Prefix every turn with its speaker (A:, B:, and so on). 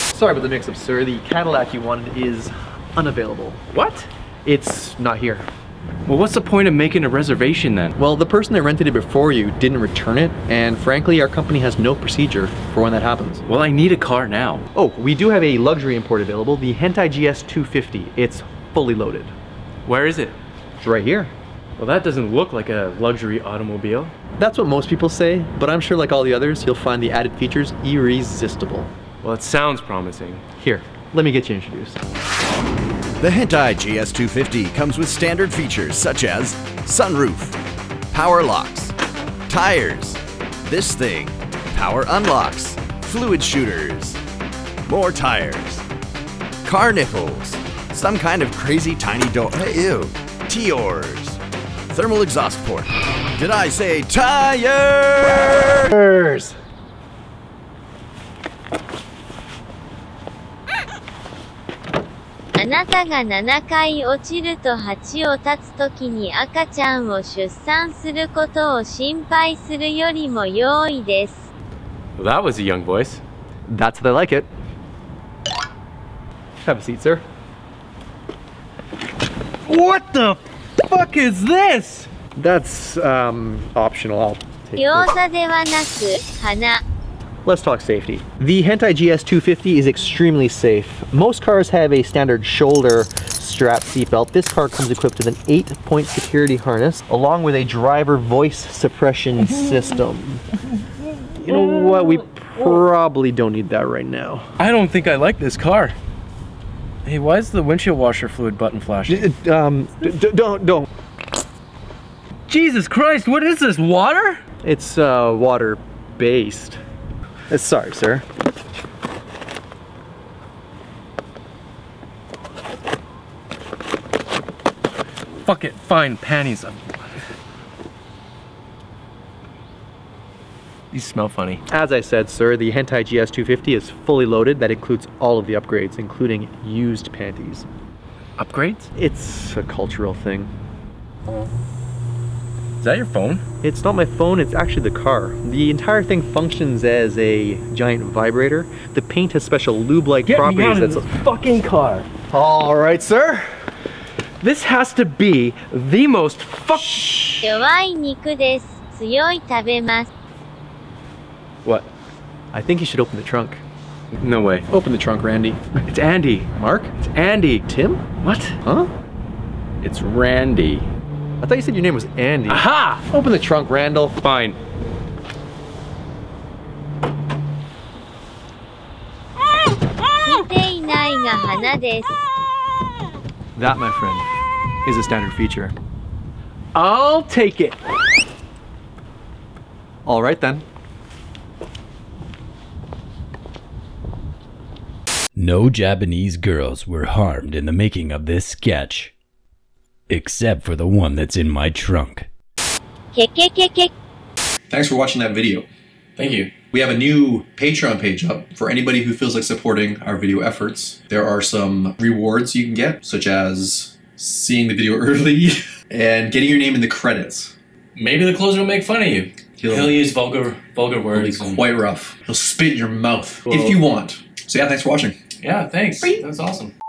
A: sorry about the mix-up, sir. The Cadillac you wanted is unavailable.
B: What?
A: It's not here.
B: Well, what's the point of making a reservation then?
A: Well, the person that rented it before you didn't return it, and frankly, our company has no procedure for when that happens.
B: Well, I need a car now.
A: Oh, we do have a luxury import available, the Hentai GS250. It's fully loaded.
B: Where is it?
A: It's right here.
B: Well, that doesn't look like a luxury automobile.
A: That's what most people say, but I'm sure, like all the others, you'll find the added features irresistible.
B: Well, it sounds promising.
A: Here, let me get you introduced.
C: The Hentai GS250 comes with standard features such as sunroof, power locks, tires, this thing, power unlocks, fluid shooters, more tires, car nipples, some kind of crazy tiny door. Hey, ew, T-ors, thermal exhaust port. Did I say tire?
A: Cheers!
D: あなたが7回落ちると8を立つときに赤ちゃんを出産することを心配するよりも容易です。
B: Well, that was a young voice.
A: That's how they like it. Have a seat, sir.
E: What the fuck is this?
A: That's um, optional. I'll take
D: 餃
A: this.
D: 子ではなく、花。
A: Let's talk safety. The Hentai GS250 is extremely safe. Most cars have a standard shoulder strap seatbelt. This car comes equipped with an eight point security harness along with a driver voice suppression system. You know what? We probably don't need that right now.
E: I don't think I like this car. Hey, why is the windshield washer fluid button flashing?
A: D- d- Um, d- d- don't, don't.
E: Jesus Christ, what is this? Water?
A: It's uh, water based. Uh, Sorry, sir.
E: Fuck it, fine, panties. up. These smell funny.
A: As I said, sir, the Hentai GS250 is fully loaded. That includes all of the upgrades, including used panties.
E: Upgrades?
A: It's a cultural thing.
E: Is that your phone?
A: It's not my phone, it's actually the car. The entire thing functions as a giant vibrator. The paint has special lube like properties that's.
E: fucking car.
A: Alright, sir.
E: This has to be the most fuck.
D: 弱い肉です。強い食べます。
E: What?
A: I think you should open the trunk.
B: No way.
A: Open the trunk, Randy.
B: It's Andy.
A: Mark?
B: It's Andy.
A: Tim?
B: What?
A: Huh?
B: It's Randy.
A: I thought you said your name was Andy.
B: Aha!
A: Open the trunk, Randall.
B: Uh-huh. Fine.
D: 似ていないが花です。
A: That, my friend, is a standard feature.
B: I'll take it.
A: Alright then.
F: No Japanese girls were harmed in the making of this sketch. Except for the one that's in my trunk.
D: けけけけ。
G: Thanks for watching that video.
B: Thank you.
G: We have a new Patreon page up for anybody who feels like supporting our video efforts. There are some rewards you can get, such as seeing the video early and getting your name in the credits.
H: Maybe the closer will make fun of you.
G: He'll-
H: He'll, use vulgar vulgar
G: It's
H: words. and-
G: quite rough. He'll spit in your mouth
H: Whoa.
G: if you want. So yeah, thanks for watching.
H: yeah, thanks. That was awesome.